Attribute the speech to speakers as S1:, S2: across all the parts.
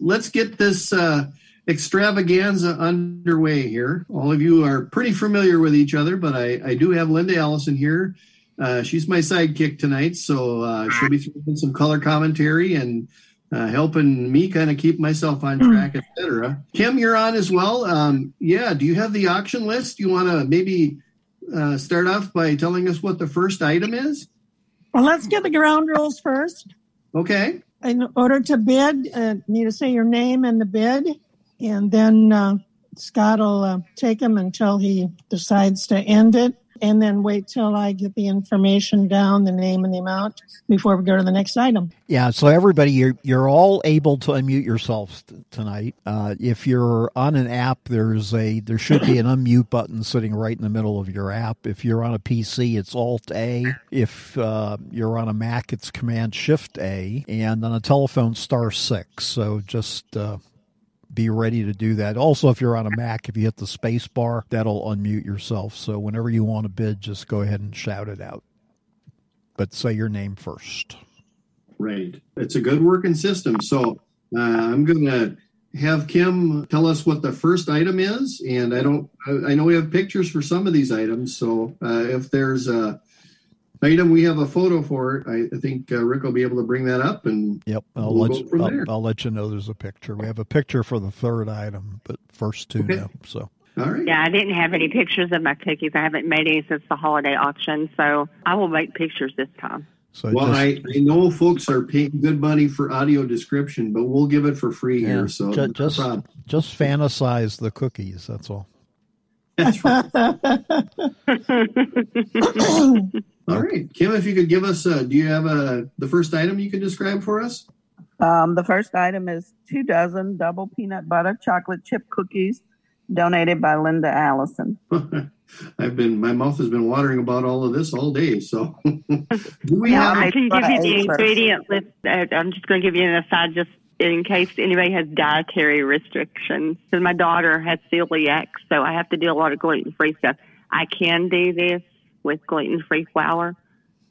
S1: let's get this uh, extravaganza underway here. All of you are pretty familiar with each other, but I, I do have Linda Allison here. Uh, she's my sidekick tonight, so uh, she'll be throwing some color commentary and uh, helping me kind of keep myself on track, etc. Kim, you're on as well. Um, yeah, do you have the auction list? Do you want to maybe uh, start off by telling us what the first item is?
S2: Well, let's get the ground rules first.
S1: Okay.
S2: In order to bid, uh, need to say your name and the bid, and then uh, Scott will uh, take them until he decides to end it, and then wait till I get the information down, the name and the amount, before we go to the next item.
S3: Yeah, so everybody, you're, you're all able to unmute yourselves t- tonight. Uh, if you're on an app, there's a there should be an unmute button sitting right in the middle of your app. If you're on a PC, it's Alt A. If uh, you're on a Mac, it's Command Shift A, and on a telephone, star six. So just uh, be ready to do that. Also, if you're on a Mac, if you hit the space bar, that'll unmute yourself. So whenever you want to bid, just go ahead and shout it out, but say your name first.
S1: Right. It's a good working system. So uh, I'm going to have Kim tell us what the first item is. And I don't, I I know we have pictures for some of these items. So uh, if there's a item we have a photo for, I, I think uh, Rick will be able to bring that up. And
S3: Yep, I'll
S1: We'll
S3: let
S1: go
S3: you,
S1: from there.
S3: I'll, I'll let you know there's a picture. We have a picture for the third item, but first two
S1: Okay.
S3: no. So
S1: all right.
S4: Yeah, I didn't have any pictures of my cookies. I haven't made any since the holiday auction, so I will make pictures this time.
S3: so
S1: Well,
S3: just,
S1: I, I know folks are paying good money for audio description, but we'll give it for free
S3: yeah,
S1: here. So
S3: ju-
S1: no
S3: just
S1: problem.
S3: just fantasize the cookies. That's all.
S1: That's right. All
S3: Nope.
S1: right, Kim, if you could give us, uh, do you have a the first item you can describe for us?
S5: Um, the first item is two dozen double peanut butter chocolate chip cookies donated by Linda Allison.
S1: I've been my mouth has been watering about all of this all day. So do we
S5: Yeah,
S1: have
S4: Um, I can give you the
S5: Right.
S4: ingredient list. Uh, I'm just going to give you an aside just in case anybody has dietary restrictions. Because my daughter has celiac, so I have to do a lot of gluten free stuff. I can do this with gluten free flour.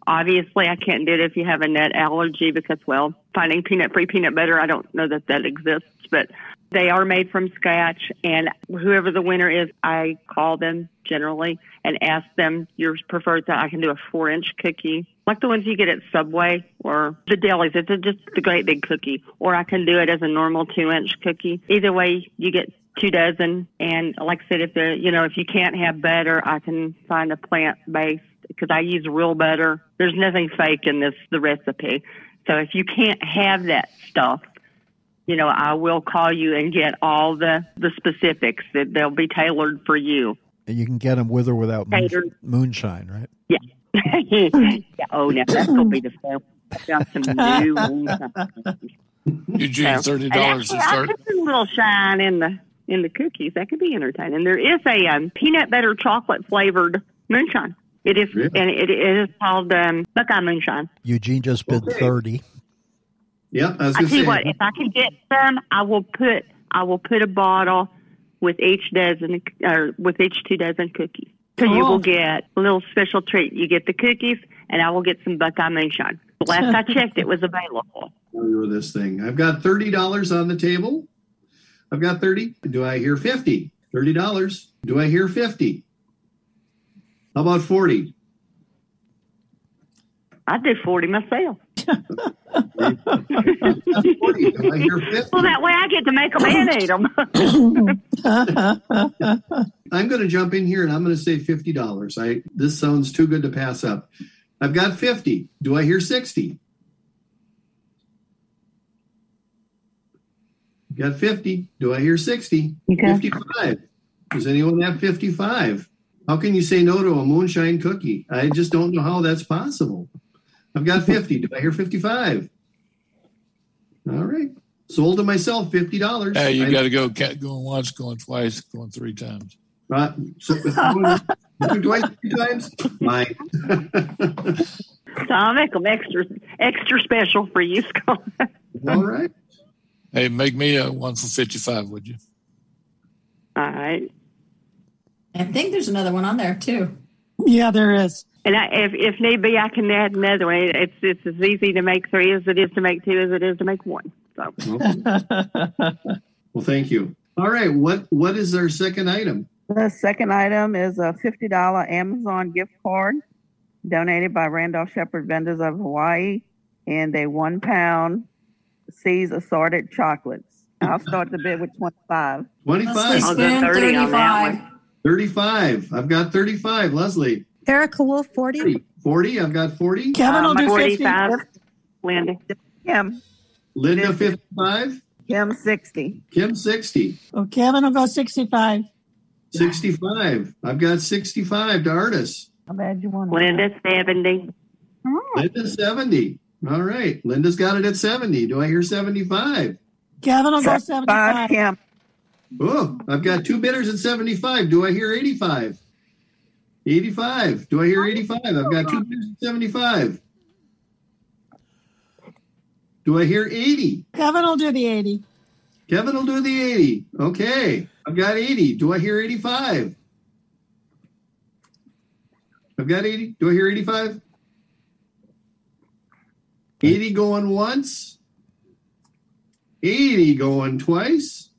S4: Obviously, I can't do it if you have a nut allergy because, well, finding peanut free peanut butter, I don't know that that exists, but they are made from scratch. And whoever the winner is, I call them generally and ask them your preferred. I can do a four inch cookie, like the ones you get at Subway or the delis. It's a, just the great big cookie, or I can do it as a normal two inch cookie. Either way, you get two dozen. And like I said, if they're, you know, if you can't have butter, I can find a plant based because I use real butter. There's nothing fake in this, the recipe. So if you can't have that stuff, you know, I will call you and get all the, the specifics that they'll be tailored for you.
S3: And you can get them with or without moon,
S4: Catered.
S3: moonshine, right?
S4: yeah, oh, now that's going to be the sale. I've got some new ones.
S6: Eugene,
S4: So-
S6: thirty
S4: And
S6: dollars
S4: actually,
S6: to
S4: I
S6: start.
S4: put some little shine in the in the cookies. That could be entertaining. There is a um, peanut butter chocolate flavored moonshine. It is,
S1: Really?
S4: and it, it is called um, Buckeye Moonshine.
S3: Eugene just bid
S1: Okay.
S3: thirty.
S1: Yeah, I was gonna
S4: I tell
S1: say
S4: you what, if I can get some, I will put I will put a bottle with each dozen or with each two dozen cookies. So you
S2: Cool.
S4: will get a little special treat. You get the cookies, and I will get some Buckeye Moonshine. The last I checked, it was available.
S1: familiar with this thing. I've got thirty dollars on the table. I've got thirty. Do I hear fifty? Thirty dollars. Do I hear fifty? How about forty?
S4: I did forty myself.
S1: Forty. Do I hear fifty?
S4: Well, that way I get to make them and eat them.
S1: I'm going to jump in here and I'm going to say fifty dollars. I this sounds too good to pass up. I've got fifty. Do I hear sixty? Got fifty. Do I hear sixty? Fifty-five. Does anyone have fifty-five? How can you say no to a moonshine cookie? I just don't know how that's possible. I've got fifty. Do I hear fifty-five? All right. Sold to myself fifty dollars.
S6: Hey, you got to go. Cat going once, going twice, going three times.
S1: Uh, so, twice, three times. Mine.
S4: So I'll make them extra, extra special for you, Scott.
S1: All right.
S6: Hey, make me a one for fifty-five, would you?
S4: All right.
S7: I think there's another one on there too.
S2: yeah, there is.
S4: And I, if, if need be, I can add another one. It's, it's as easy to make three as it is to make two as it is to make one. So
S1: Okay. Well, thank you. All right. What What is our second item?
S5: The second item is a $50 Amazon gift card donated by Randolph Shepherd Vendors of Hawaii and a one pound C's assorted chocolates. I'll start the bid with 25.
S7: Leslie
S1: 25,
S4: I'll go
S7: spend
S4: 30 on that
S7: 35.
S1: 35. I've got 35. Leslie,
S8: Erica Wolf, 40.
S1: 40. 40. I've got 40.
S2: Kevin will
S4: um,
S2: do 50.
S4: 45, Linda.
S5: Kim,
S1: Linda, 55.
S5: Kim, 60.
S1: Kim, 60.
S2: Oh, Kevin will go 65.
S1: 65. I've got 65 to artists.
S5: I'm glad you won.
S4: Linda, 70.
S1: Linda, 70. All right. Linda's got it at 70. Do I hear 75?
S2: Kevin will go 75.
S5: 75, Kim.
S1: Oh, I've got two bidders at 75. Do I hear 85? 85. Do I hear 85? I've got two bidders at 75. Do I hear 80?
S2: Kevin will do the 80.
S1: Kevin will do the 80. Okay. I've got 80. Do I hear 85? I've got 80. Do I hear 85? 80 going once. 80 going twice.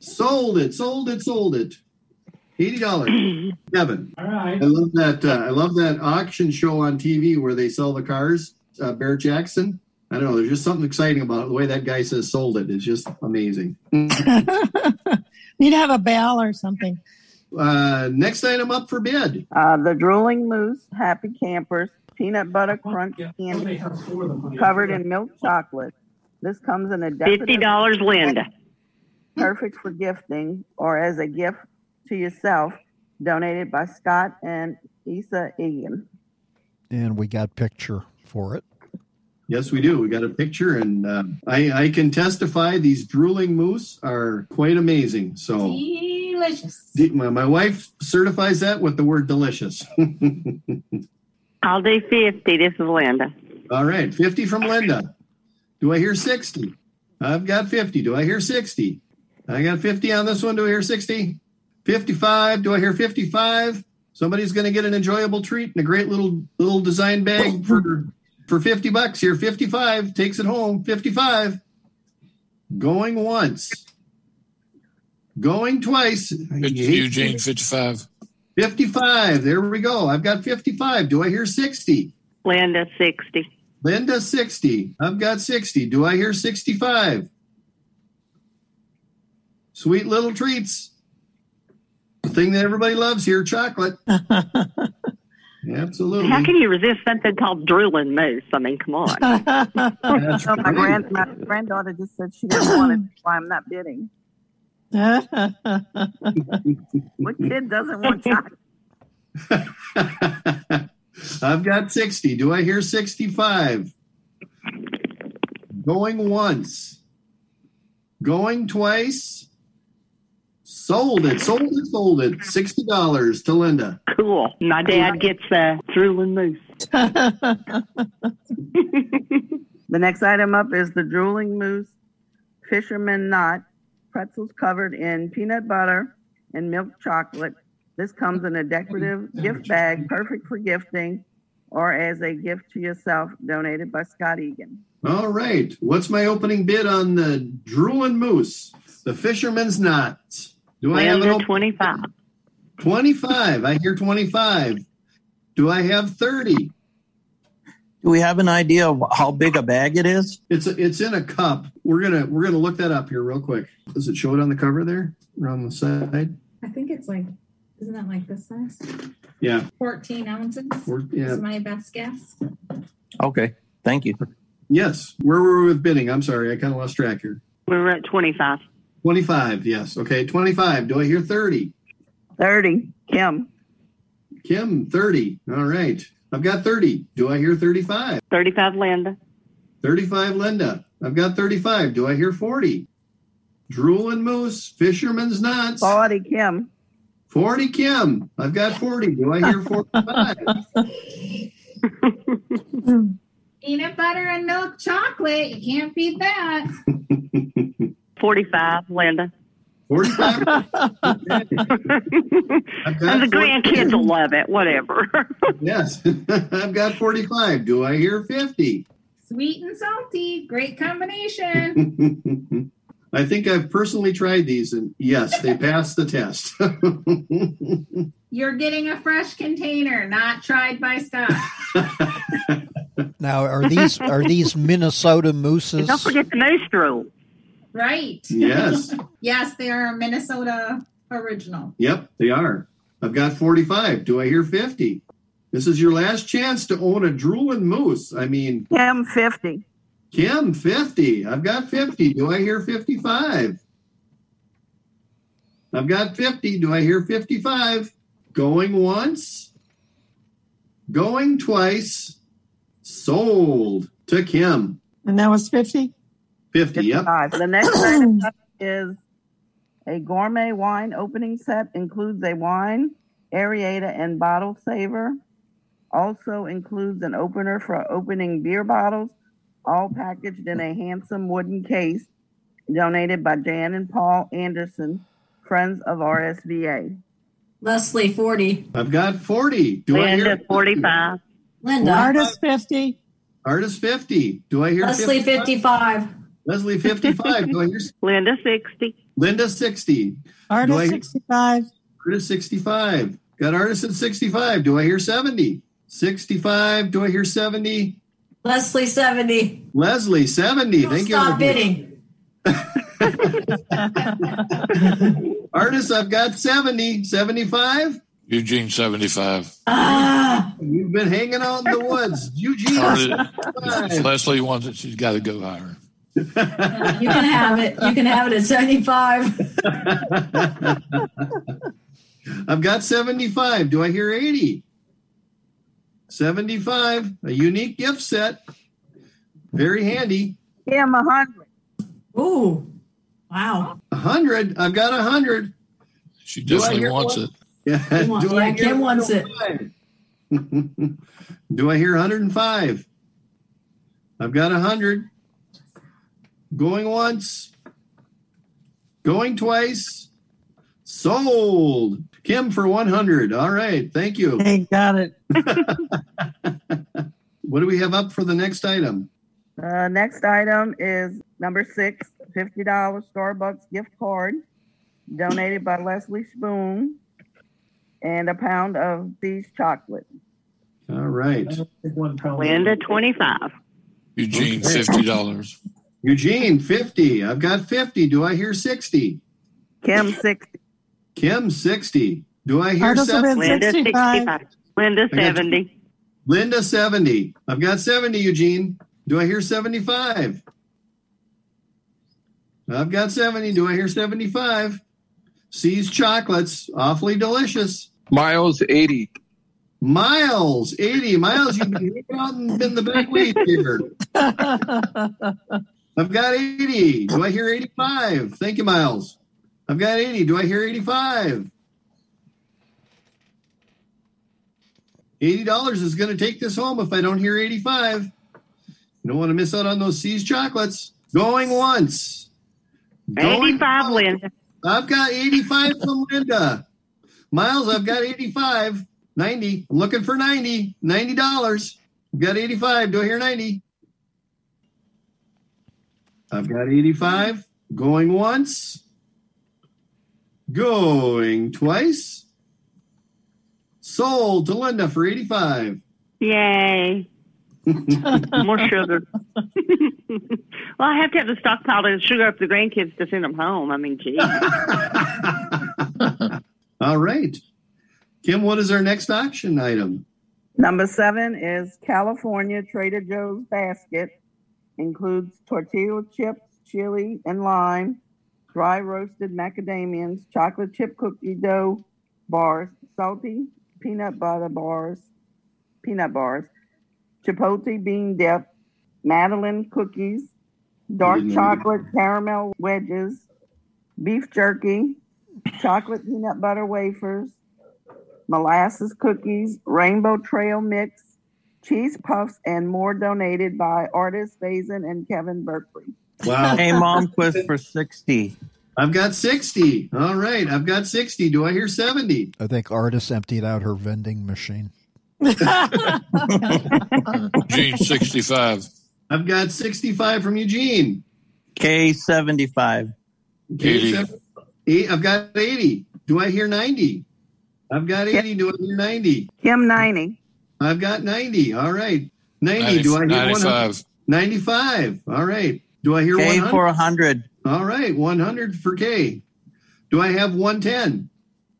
S1: Sold it, sold it, sold it. $80. Kevin.
S9: All right.
S1: I love that. Uh, I love that auction show on TV where they sell the cars. Uh, Bear Jackson. I don't know. There's just something exciting about it. The way that guy says "sold it" is just amazing.
S2: Mm-hmm. Need to have a bell or something.
S1: Uh, next item up for bid.
S5: Uh, the Drooling Moose Happy Campers Peanut Butter Crunch
S9: Yeah.
S5: Candy
S9: have four of them, honey.
S5: covered in milk chocolate. This comes in a decorative
S4: $50, Linda.
S5: perfect for gifting or as a gift to yourself, donated by Scott and Issa Egan.
S3: and we got picture for it.
S1: Yes, we do. We got a picture, and uh, I, I can testify these drooling moose are quite amazing. So
S7: Delicious.
S1: my, my wife certifies that with the word "delicious."
S4: I'll do 50. This is Linda.
S1: All right, 50 from Linda. Do I hear 60? I've got 50. Do I hear 60? I got 50 on this one. Do I hear 60? 55. Do I hear 55? Somebody's going to get an enjoyable treat and a great little little design bag for for 50 bucks here. 55 takes it home. 55. Going once. Going twice.
S6: Eugene, 55.
S1: 55. There we go. I've got 55. Do I hear 60?
S4: Linda, 60.
S1: Linda, 60. I've got 60. Do I hear 65? Sweet little treats. The thing that everybody loves here chocolate. Absolutely.
S4: How can you resist something called drooling moose? I mean, come on.
S1: That's
S5: So my,
S1: right.
S5: grand, my granddaughter just said she doesn't want it. that's Why I'm not bidding. What kid doesn't want chocolate?
S1: I've got 60. Do I hear 65? Going once. Going twice. Sold it, sold it, sold it. $60 to Linda.
S4: Cool. My dad gets a drooling moose.
S5: The next item up is the Drooling Moose Fisherman Knot pretzels covered in peanut butter and milk chocolate. This comes in a decorative gift bag, perfect for gifting or as a gift to yourself, donated by Scott Egan.
S1: All right. What's my opening bid on the Drooling Moose? The Fisherman's Knot. Do I have an
S4: Linda,
S1: open?
S4: 25.
S1: 25. I hear 25. Do I have 30?
S10: Do we have an idea of how big a bag it is?
S1: It's it's in a cup. We're gonna we're gonna look that up here real quick. Does it show it on the cover there or on the side?
S7: I think it's like, isn't that like this size?
S1: Yeah.
S7: 14 ounces
S1: We're, yeah.
S7: is my best guess.
S10: Okay, thank you.
S1: Yes. Where were we with bidding? I'm sorry, I kind of lost track here.
S4: We're at 25.
S1: 25. Yes. Okay. 25. Do I hear 30?
S5: 30. Kim.
S1: Kim, 30. All right. I've got 30. Do I hear 35?
S4: 35, Linda.
S1: 35 Linda. I've got 35. Do I hear 40? Drool and Moose, Fisherman's Knots.
S5: 40. Kim.
S1: 40 Kim. I've got 40. Do I hear 45?
S7: Peanut butter and milk chocolate. You can't beat that.
S4: 45, Linda.
S1: 45. Okay. I've got
S4: And
S1: 40
S4: the grandkids will love it, whatever.
S1: Yes. I've got 45. Do I hear 50?
S7: Sweet and salty, great combination.
S1: I think I've personally tried these, and yes, they passed the test.
S7: You're getting a fresh container, not tried by Scott.
S3: Now, are these are these Minnesota mooses?
S4: And don't forget the moose rule.
S7: Right.
S1: yes,
S7: Yes, they are a Minnesota original.
S1: yep, they are. I've got 45. Do I hear 50? This is your last chance to own a drooling moose. I mean,
S5: Cam 50.
S1: Kim, 50. I've got 50. Do I hear 55? I've got 50. Do I hear 55? Going once, going twice, sold to Kim.
S2: And that was 50?
S1: 50. Yep.
S5: 55. The next item up is a gourmet wine opening set includes a wine, aerator, and bottle saver. Also includes an opener for opening beer bottles, all packaged in a handsome wooden case donated by Jan and Paul Anderson, friends of RSVA.
S8: Leslie, 40.
S1: I've got 40. Do I
S4: Linda,
S1: hear
S4: 45.
S8: Linda.
S2: Artist 50?
S1: Artist 50. Do I hear
S8: Leslie,
S1: 55?
S8: 55.
S1: Leslie 55. Do I hear
S4: Linda, 60.
S1: Linda 60. Do I-
S2: Artist 65?
S1: Artist 65. Got artist at 65. Do I hear 70? 65. Do I hear 70?
S8: Leslie, 70.
S1: Leslie 70.
S8: Don't
S1: Thank
S8: stop
S1: you.
S8: bidding.
S1: Artist, I've got 70. 75.
S6: Eugene, 75.
S8: Ah,
S1: You've been hanging out in the woods. Eugene.
S6: Already-
S1: 75.
S6: If Leslie wants it, she's got to go higher.
S8: you can have it. You can have it at 75.
S1: I've got 75. Do I hear 80? 75. A unique gift set. Very handy.
S5: Cam 100.
S8: Ooh, wow.
S1: 100. I've got 100.
S6: She
S1: Do I
S6: definitely
S1: hear
S6: wants
S1: one?
S6: it.
S1: Yeah.
S8: Kim wants-
S1: Do I
S8: yeah,
S1: hear
S8: Kim wants it.
S1: 105? Do I hear 105? I've got 100. Going once. Going twice. Sold. Kim for 100. All right. Thank you.
S2: They got it.
S1: What do we have up for the next item?
S5: Uh, next item is number six, fifty dollars Starbucks gift card donated by Leslie Spoon and a pound of these chocolates.
S1: All right.
S4: Linda, 25.
S6: Eugene,
S1: Okay.
S6: $50.
S1: Eugene, 50. I've got 50. Do I hear 60?
S5: Kim sixty,
S1: Kim, 60. Do I hear
S2: Artist
S1: 70?
S2: Elizabeth
S4: Linda,
S2: 65.
S4: 65. Linda,
S1: got you.
S4: 70.
S1: Linda, 70. I've got 70, Eugene. Do I hear 75? I've got 70. Do I hear 75? Sees chocolates. Awfully delicious.
S9: Miles, 80.
S1: Miles, 80. Miles, you've been hanging out and been the back way here. I've got 80. Do I hear 85? Thank you, Miles. I've got 80. Do I hear 85? $80 is going to take this home if I don't hear 85. You don't want to miss out on those C's chocolates. Going once. Going
S4: 85,
S1: twice.
S4: Linda.
S1: I've got 85 from Linda. Miles, I've got 85. 90. I'm looking for 90. $90. I've got 85. Do I hear 90? I've got 85. Going once. Going twice. Sold to Linda for 85.
S4: Yay. More sugar. well, I have to have the stockpile to sugar up the grandkids to send them home. I mean, gee.
S1: All right. Kim, what is our next auction item?
S5: Number seven is California Trader Joe's basket. Includes tortilla chips, chili and lime, dry roasted macadamians, chocolate chip cookie dough bars, salty peanut butter bars, peanut bars, chipotle bean dip, Madeline cookies, dark
S1: Didn't know that.
S5: chocolate caramel wedges, beef jerky, chocolate peanut butter wafers, molasses cookies, rainbow trail mix, cheese puffs, and more donated by artists Faison and Kevin Berkeley.
S1: Wow.
S10: Hey, Mom Quest for 60.
S1: I've got 60. All right. I've got 60. Do I hear 70?
S3: I think artist emptied out her vending machine.
S6: Eugene, 65.
S1: I've got 65 from Eugene.
S10: K75.
S6: 80.
S1: Eight, I've got 80. Do I hear 90? I've got 80. Do I hear 90?
S5: Kim 90.
S1: I've got 90. All right. 90. Do I hear 100?
S6: 95.
S1: 95. All right. Do I hear 100?
S10: K400.
S1: All right. 100 for K. Do I have 110?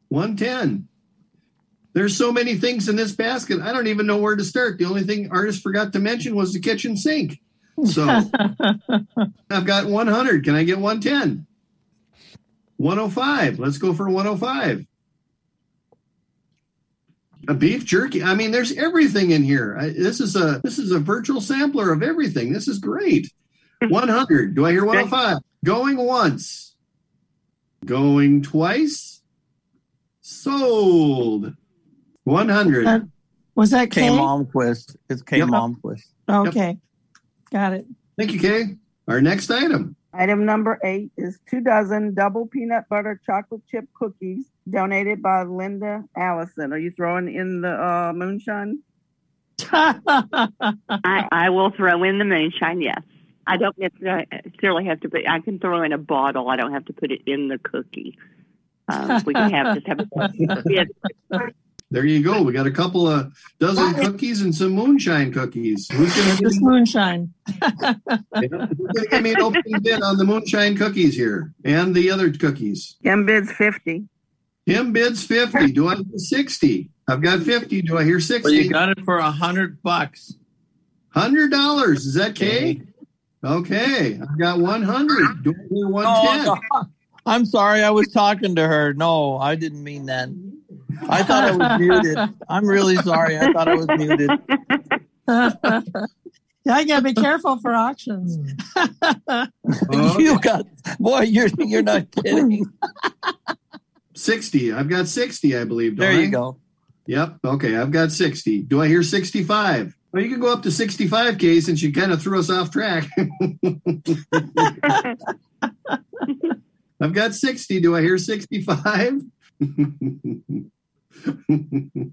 S1: 110. There's so many things in this basket. I don't even know where to start. The only thing artist forgot to mention was the kitchen sink. So I've got 100. Can I get 110? 105. Let's go for 105. A beef jerky. I mean, there's everything in here. I, this is a this is a virtual sampler of everything. This is great. 100. Do I hear 105? Going once. Going twice. Sold. 100.
S2: That- Was that
S10: K
S2: Kay?
S10: Malmquist. It's K
S1: Yep.
S10: Malmquist.
S2: Okay. Got it.
S1: Thank you, Kay. Our next item.
S5: Item number eight is two dozen double peanut butter chocolate chip cookies donated by Linda Allison. Are you throwing in the uh, moonshine?
S4: I, I will throw in the moonshine, yes. I don't necessarily have to put, I can throw in a bottle. I don't have to put it in the cookie. Um, we can have just have a Yes,
S1: There you go. We got a couple of dozen cookies and some moonshine cookies. Who's going
S2: Just
S1: to
S2: moonshine.
S1: give me an opening bid on the moonshine cookies here and the other cookies?
S5: Kim bids 50.
S1: Him bids 50. Do I hear 60? I've got 50. Do I hear 60?
S9: Well, you got it for a hundred bucks.
S1: Hundred dollars. Is that K? Okay, I've got one hundred. Do I hear one ten?
S10: Oh, No, no. I'm sorry, I was talking to her. No, I didn't mean that. I thought I was muted. I'm really sorry. I thought I was muted.
S2: yeah, I gotta be careful for auctions.
S10: You got boy, you're you're not kidding.
S1: Sixty. I've got sixty. I believe. don't
S10: There you
S1: I?
S10: go.
S1: Yep. Okay, I've got sixty. Do I hear sixty-five? Well, you can go up to sixty-five, K, since you kind of threw us off track. I've got sixty. Do I hear sixty-five?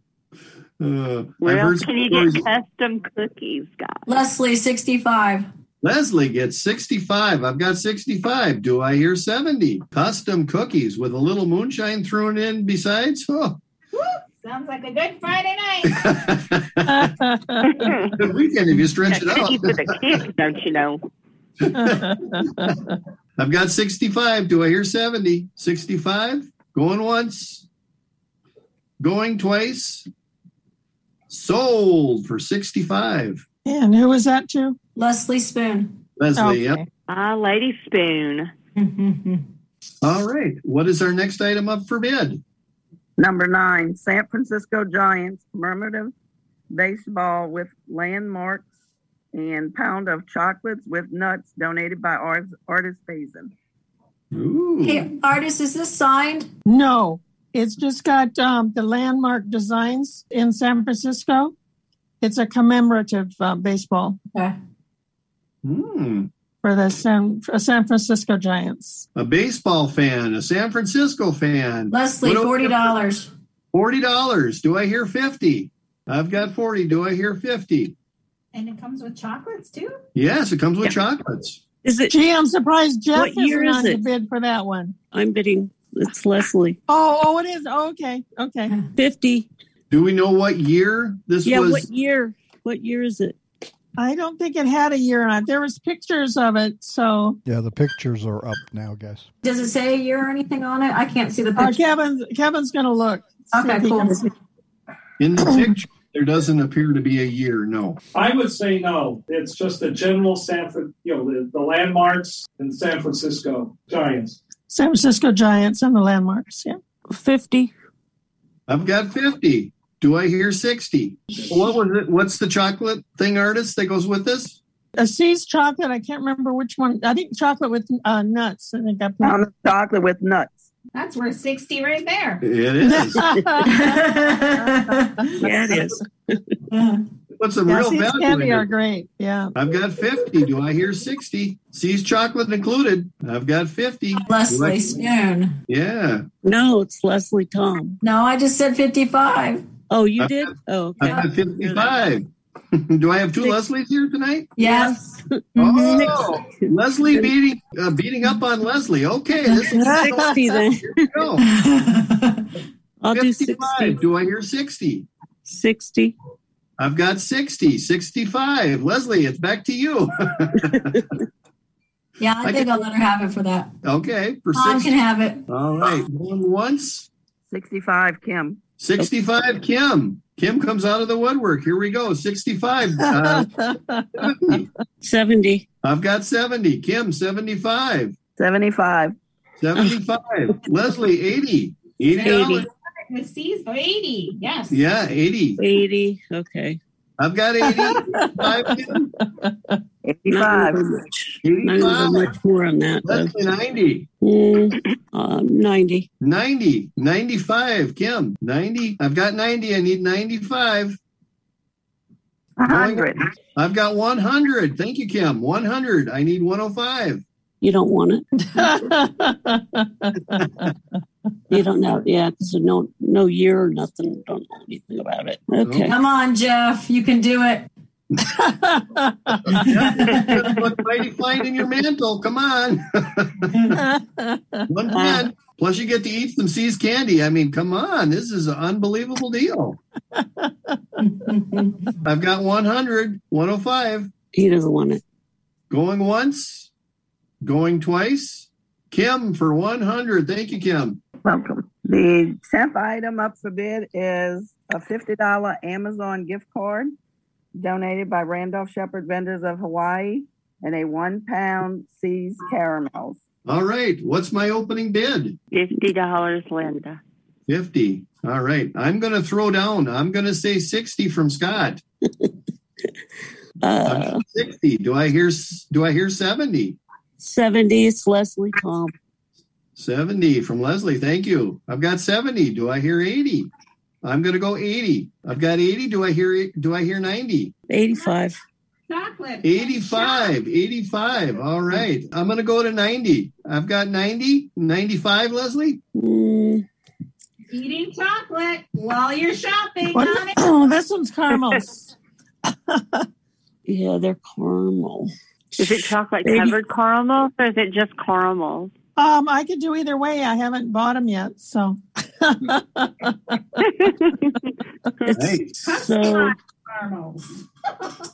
S1: Uh, I've
S4: well,
S1: heard
S4: can you
S1: stories-
S4: get custom cookies, guys?
S8: Leslie, 65.
S1: Leslie gets 65. I've got 65. Do I hear 70? Custom cookies with a little moonshine thrown in besides? Oh.
S7: Sounds like a good Friday night.
S1: Good weekend if you stretch it
S4: Cookies with
S1: out.
S4: a kick, don't you know?
S1: I've got 65. Do I hear 70? 65? Going once. Going twice. Sold for 65.
S2: and who was that to?
S8: Leslie Spoon.
S1: Leslie, yep.
S2: Okay.
S4: Ah, Lady Spoon.
S1: All right. What is our next item up for bid?
S5: Number nine, San Francisco Giants commemorative baseball with landmarks and pound of chocolates with nuts donated by Art- Artist Basin.
S1: Ooh.
S8: Okay, artist, is this signed?
S2: No, it's just got um, the landmark designs in San Francisco. It's a commemorative uh, baseball
S8: Okay.
S1: Hmm.
S2: for the San, for San Francisco Giants.
S1: a baseball fan, a San Francisco fan.
S8: Leslie,
S1: What do-
S8: forty dollars.
S1: Forty dollars. Do I hear fifty? I've got forty. Do I hear fifty?
S7: And it comes with chocolates too?
S1: Yes, it comes with chocolates.
S11: Is it?
S2: Gee, I'm surprised Jeff
S11: What
S2: isn't
S11: year is
S2: on the
S11: it?
S2: bid for that one.
S11: I'm bidding. It's Leslie.
S2: Oh, oh, it is. Oh, okay, okay.
S11: 50.
S1: Do we know what year this
S11: yeah,
S1: was?
S11: what year? What year is it?
S2: I don't think it had a year on it. There was pictures of it, so
S3: Yeah, the pictures are up now, guys.
S8: Does it say a year or anything on it? I can't see the
S7: Oh,
S2: uh,
S8: picture.
S2: Kevin Kevin's going to look. see
S8: Okay,
S2: if he can
S8: cool.
S2: see.
S1: In the picture, there doesn't appear to be a year. No.
S12: I would say no. It's just the general San, Fran- you know, the, the landmarks in San Francisco Giants.
S2: San Francisco Giants and the landmarks. Yeah.
S11: 50.
S1: I've got fifty. Do I hear sixty? What was it? What's the chocolate thing artist that goes with this?
S2: A C's chocolate. I can't remember which one. I think chocolate with uh, nuts. I think I put.
S5: Pound of chocolate with nuts.
S7: That's worth 60 right there.
S1: It is.
S11: Yeah, it is.
S1: What's the
S2: Yeah,
S1: real
S2: C's
S1: value? in
S2: candy are
S1: it?
S2: great. Yeah.
S1: I've got fifty. Do I hear sixty? Sees chocolate included. I've got fifty.
S8: Leslie Spoon.
S1: Yeah.
S11: No, it's Leslie Tom.
S8: No, I just said fifty-five.
S11: Oh, you
S1: I've
S11: did? Oh,
S1: I've
S11: okay.
S1: got 55. Do I have two Leslies here tonight?
S8: Yes.
S11: Mm-hmm.
S1: Oh, Leslie beating uh, beating up on Leslie. Okay, this is
S11: 60 then.
S1: go.
S11: I'll do
S1: 55.
S11: 60.
S1: Do I hear 60?
S11: 60.
S1: I've got 60, 65. Leslie, it's back to you.
S8: Yeah, I
S1: I
S8: think
S1: can-
S8: I'll let her have it for that.
S1: okay, for
S7: Um,
S8: Tom
S1: 60.
S8: can have it.
S1: All right, going once.
S5: 65, Kim.
S1: 65, Kim. Kim comes out of the woodwork. Here we go. 65. Uh, 70.
S11: 70.
S1: I've got 70. Kim, 75.
S5: 75.
S1: 75. Leslie, 80. 80.
S11: Eighty.
S7: With C's, or 80. Yes.
S1: Yeah, 80.
S11: 80. Okay.
S1: I've got 80. Five, Kim.
S11: Not
S5: 85.
S11: much. Not gonna go
S1: 85.
S11: much more on that. though.
S1: Leslie, 90.
S11: Mm, um, 90.
S1: 90. 95. Kim, 90. I've got 90. I need 95.
S5: 100.
S1: I've got 100. Thank you, Kim. 100. I need 105.
S11: You don't want it. You don't know. Yeah, because no no year or nothing. Don't know anything about it. Okay.
S8: Come on, Jeff. You can do it.
S1: Look mighty fine in your mantle. Come on. 110. Plus, you get to eat some C's candy. I mean, come on. This is an unbelievable deal. I've got 100, 105.
S11: He doesn't want it.
S1: Going once, going twice. Kim for 100. Thank you, Kim.
S5: Welcome. The 10th item up for bid is a $50 Amazon gift card donated by Randolph Shepherd Vendors of Hawaii and a one pound Seas caramels.
S1: All right. What's my opening bid?
S4: Fifty dollars, Linda.
S1: 50. All right. I'm going to throw down. I'm going to say 60 from Scott.
S11: Uh,
S1: 60. Do I hear do I hear 70?
S11: 70. It's Leslie Tom.
S1: 70 from Leslie. Thank you. I've got 70. Do I hear 80? I'm going to go 80. I've got 80. Do I hear do I hear 90?
S11: 85.
S7: Chocolate.
S1: 85. 85. All right. I'm going to go to 90. I've got 90. 95, Leslie?
S11: Mm,
S7: Eating chocolate while you're shopping.
S2: What?
S7: Honey.
S2: Oh, this one's caramel.
S11: yeah, they're caramel.
S4: Is it chocolate
S11: Eighty-
S4: covered caramel or is it just caramel?
S2: Um, I could do either way. I haven't bought them yet, so
S11: It's, so
S7: Caramels.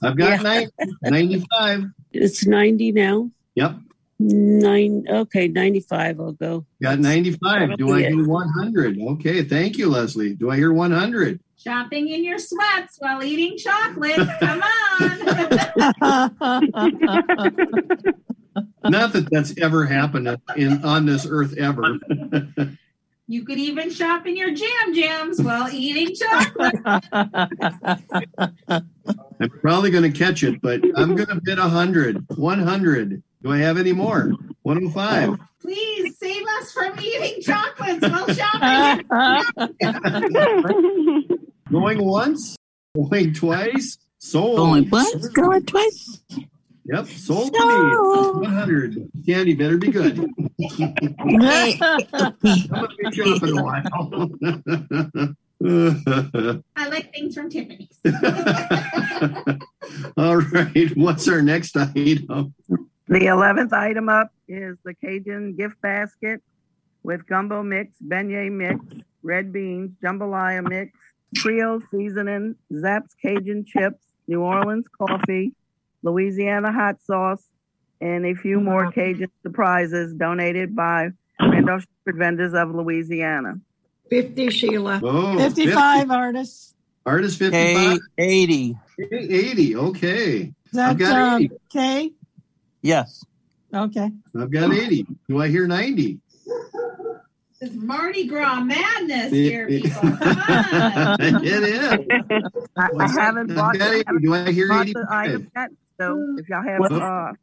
S1: I've got 90, 95.
S11: it's 90 now.
S1: Yep.
S11: Nine. Okay, 95. I'll go.
S1: Got 95. Do I hear 100? Okay. Thank you, Leslie. Do I hear 100?
S7: Shopping in your sweats while eating chocolate. Come on.
S1: Not that that's ever happened in on this earth ever.
S7: you could even shop in your jam jams while eating chocolate.
S1: I'm probably going to catch it, but I'm going to bid 100. 100. Do I have any more? 105.
S7: Please save us from eating chocolates while shopping.
S1: Going once, going twice, sold.
S11: Going once, going twice.
S1: Yep, sold to me. 100. Candy better be good. I'm going to be shopping a while.
S7: I like things from Tiffany's.
S1: All right, what's our next item?
S5: The 11th item up is the Cajun gift basket with gumbo mix, beignet mix, red beans, jambalaya mix, Creole seasoning, Zapp's Cajun chips, New Orleans coffee, Louisiana hot sauce, and a few more Cajun surprises donated by Randolph Shepherd Vendors of Louisiana.
S13: 50, Sheila.
S1: Oh, 50.
S2: fifty-five artists.
S1: Artist 55.
S10: Eight- 80.
S1: 80. Okay.
S2: Is that
S1: I've got
S2: um,
S1: 80.
S2: Kay?
S10: Yes.
S2: Okay.
S1: I've got 80. Do I hear 90?
S7: This is Mardi Gras madness
S1: Yeah,
S7: here,
S1: yeah.
S7: people. Come on.
S1: it is.
S5: I, I haven't bought,
S1: I've got 80.
S5: the,
S1: Do I hear
S5: bought the
S1: 85?
S5: item yet, so if y'all have uh,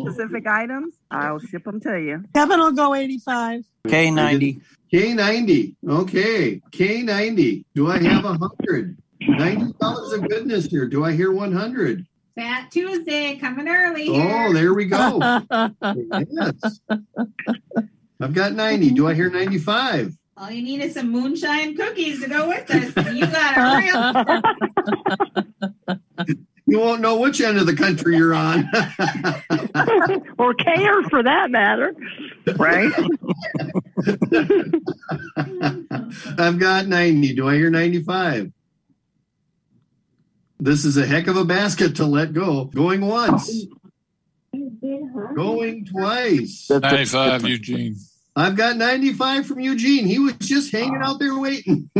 S5: specific items, I'll ship them to you.
S2: Kevin will go eighty-five.
S10: K90.
S1: K90. Okay. K90. Do I have 100? $90 of goodness here. Do I hear 100?
S7: Fat Tuesday coming early here.
S1: Oh, there we go. Yes. I've got 90. Do I hear 95?
S7: All you need is some moonshine cookies to go with us. You got a real
S1: you won't know which end of the country you're on.
S4: or care for that matter.
S5: Right?
S1: I've got 90. Do I hear 95? This is a heck of a basket to let go. Going once, going twice.
S6: Ninety-five, Eugene.
S1: I've got 95 from Eugene. He was just hanging out there waiting.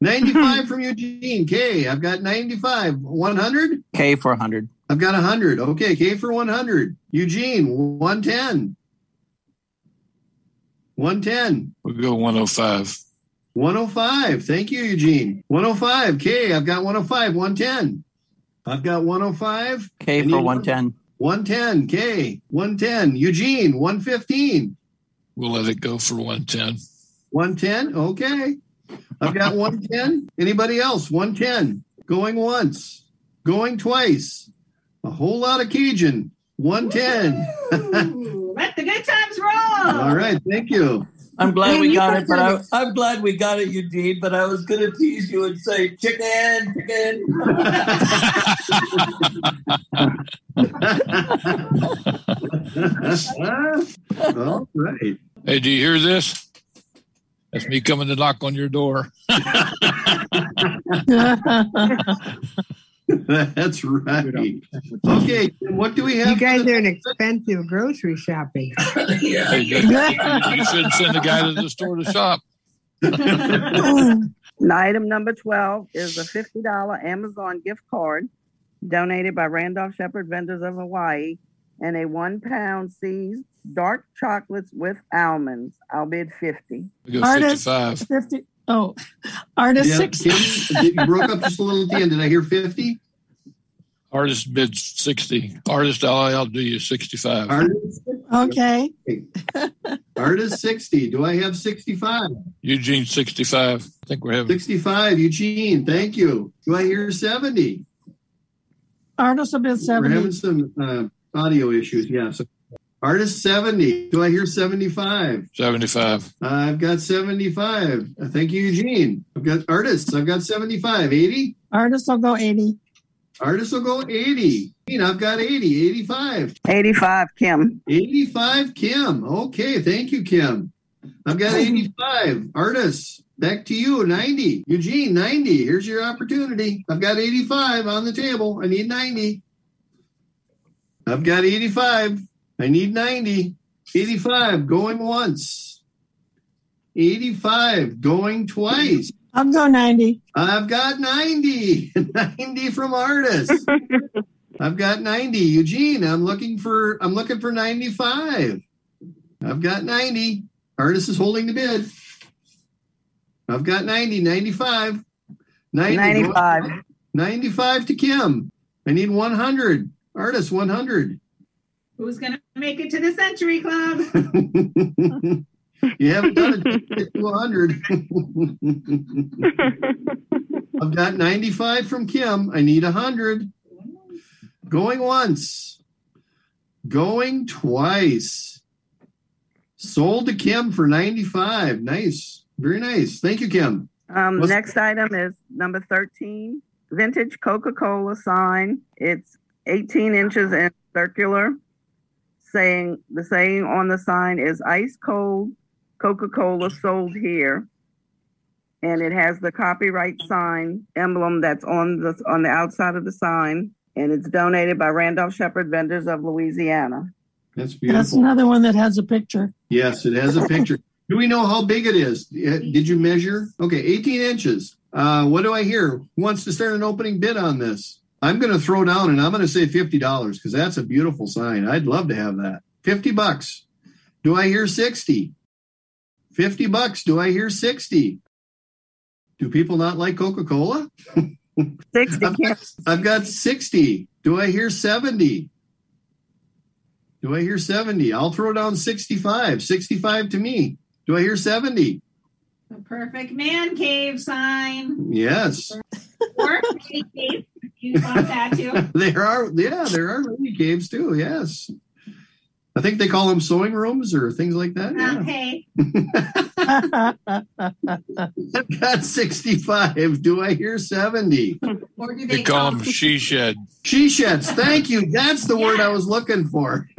S1: 95 from Eugene. K, I've got 95. 100?
S10: K for 100.
S1: I've got 100. Okay, K for 100. Eugene, 110. 110.
S6: We'll go 105.
S1: 105. Thank you, Eugene. 105. K, I've got 105. 110. I've got 105.
S10: K
S1: And
S10: for
S1: you-
S10: 110.
S1: 110. K, 110. Eugene, 115.
S6: We'll let it go for 110.
S1: 110. Okay. I've got 110. Anybody else? 110. Going once, going twice. A whole lot of Cajun. 110.
S7: Ooh, let the good times roll.
S1: All right. Thank you.
S10: I'm glad
S7: Man,
S10: we
S7: you
S10: got
S7: guys
S10: it, but
S7: are-
S10: I, I'm glad we got it, Eugene. But I was going to tease you and say chicken, chicken.
S1: All right.
S6: Hey, do you hear this? That's me coming to knock on your door.
S1: That's right. Okay. What do we have?
S13: You guys are an expensive grocery shopping.
S6: Yeah. you should send the guy to the store to shop.
S5: Now, item number 12 is a $50 Amazon gift card donated by Randolph Shepherd Vendors of Hawaii and a one pound seized dark chocolates with almonds. I'll bid 50.
S6: We go
S2: Artist
S6: 55.
S2: 50. Oh, artist
S1: Yeah,
S2: six.
S1: Kim, you broke up just a little at the end. Did I hear 50?
S6: Artist bid 60. Artist, I'll, I'll do you 65.
S1: Artist,
S2: Okay.
S1: artist 60. Do I have 65?
S6: Eugene, 65. I think we're having
S1: 65. Eugene, thank you. Do I hear 70?
S2: Artist of bid
S1: We're having some
S2: 70.
S1: uh, audio issues. Yeah. So artist 70. Do I hear 75?
S6: 75.
S1: Uh, I've got 75. Uh, Thank you, Eugene. I've got artists. I've got 75. 80?
S2: Artist will go 80.
S1: Artists will go 80. Eugene, I've got 80. 85.
S5: 85, Kim.
S1: 85, Kim. Okay. Thank you, Kim. I've got 85. Artists, back to you. 90. Eugene, 90. Here's your opportunity. I've got 85 on the table. I need 90. I've got 85. I need 90. 85 going once. 85 going twice.
S2: I'll go 90.
S1: I've got 90. 90 from artists. I've got 90. Eugene, I'm looking for I'm looking for 95. I've got 90. Artist is holding the bid. I've got 90, 95. 90,
S5: 95.
S1: 95 to Kim. I need 100. Artist 100.
S7: Who's going to make it to the Century Club?
S1: you haven't done it to 100. I've got 95 from Kim. I need 100. Going once. Going twice. Sold to Kim for 95. Nice. Very nice. Thank you, Kim.
S5: Um,
S1: What's-
S5: next item is number 13 vintage Coca Cola sign. It's 18 inches and circular. Saying the saying on the sign is ice cold Coca Cola sold here. And it has the copyright sign emblem that's on the on the outside of the sign, and it's donated by Randolph Shepherd Vendors of Louisiana.
S1: That's
S2: That's
S1: beautiful.
S2: another one that has a picture.
S1: yes, it has a picture. Do we know how big it is? Uh, Did you measure? Okay, 18 inches. Uh, what do I hear? Who wants to start an opening bid on this? I'm going to throw down and I'm going to say $50 because that's a beautiful sign. I'd love to have that. 50 bucks. Do I hear 60? 50 bucks. Do I hear 60? Do people not like Coca Cola?
S5: Sixty
S1: I've
S5: Kim.
S1: got, I've got 60. Do I hear 70? Do I hear 70? I'll throw down 65. 65 to me. Do I hear 70?
S7: The perfect man cave sign.
S1: Yes.
S7: Or lady cave. You want that too?
S1: there are, yeah, there are lady caves too. Yes. I think they call them sewing rooms or things like that. Yeah.
S7: Okay.
S1: I've got 65. Do I hear 70?
S7: Or do
S6: They call them she shed.
S1: She sheds. Thank you. That's the word I was looking for.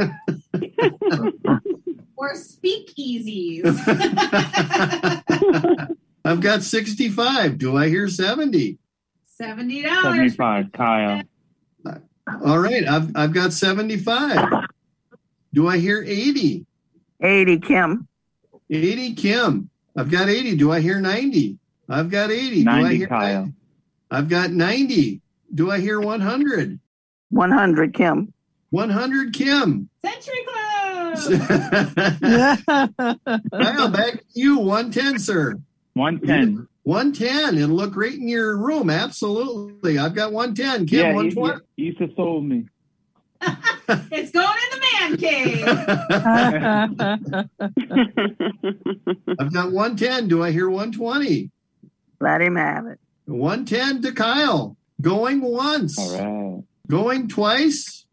S7: or speakeasies?
S1: I've got 65. Do I hear 70?
S7: Seventy dollars.
S14: 75, Kyle.
S1: All right. I've, I've got 75. Do I hear 80?
S5: 80, Kim.
S1: 80, Kim. I've got 80. Do I hear 90? I've got 80. Do I
S14: 90,
S1: hear
S14: Kyle.
S1: I've got 90. Do I hear 100?
S5: 100, Kim.
S1: 100, Kim.
S7: Century Club.
S1: Kyle, back to you. 110, sir.
S14: 110.
S1: 110. It'll look great in your room. Absolutely. I've got 110. Kim,
S14: yeah,
S1: 120.
S14: he, he used to sold me.
S7: It's going in the man cave.
S1: I've got 110. Do I hear 120?
S5: Let him have it.
S1: 110 to Kyle. Going once.
S14: All right.
S1: Going twice.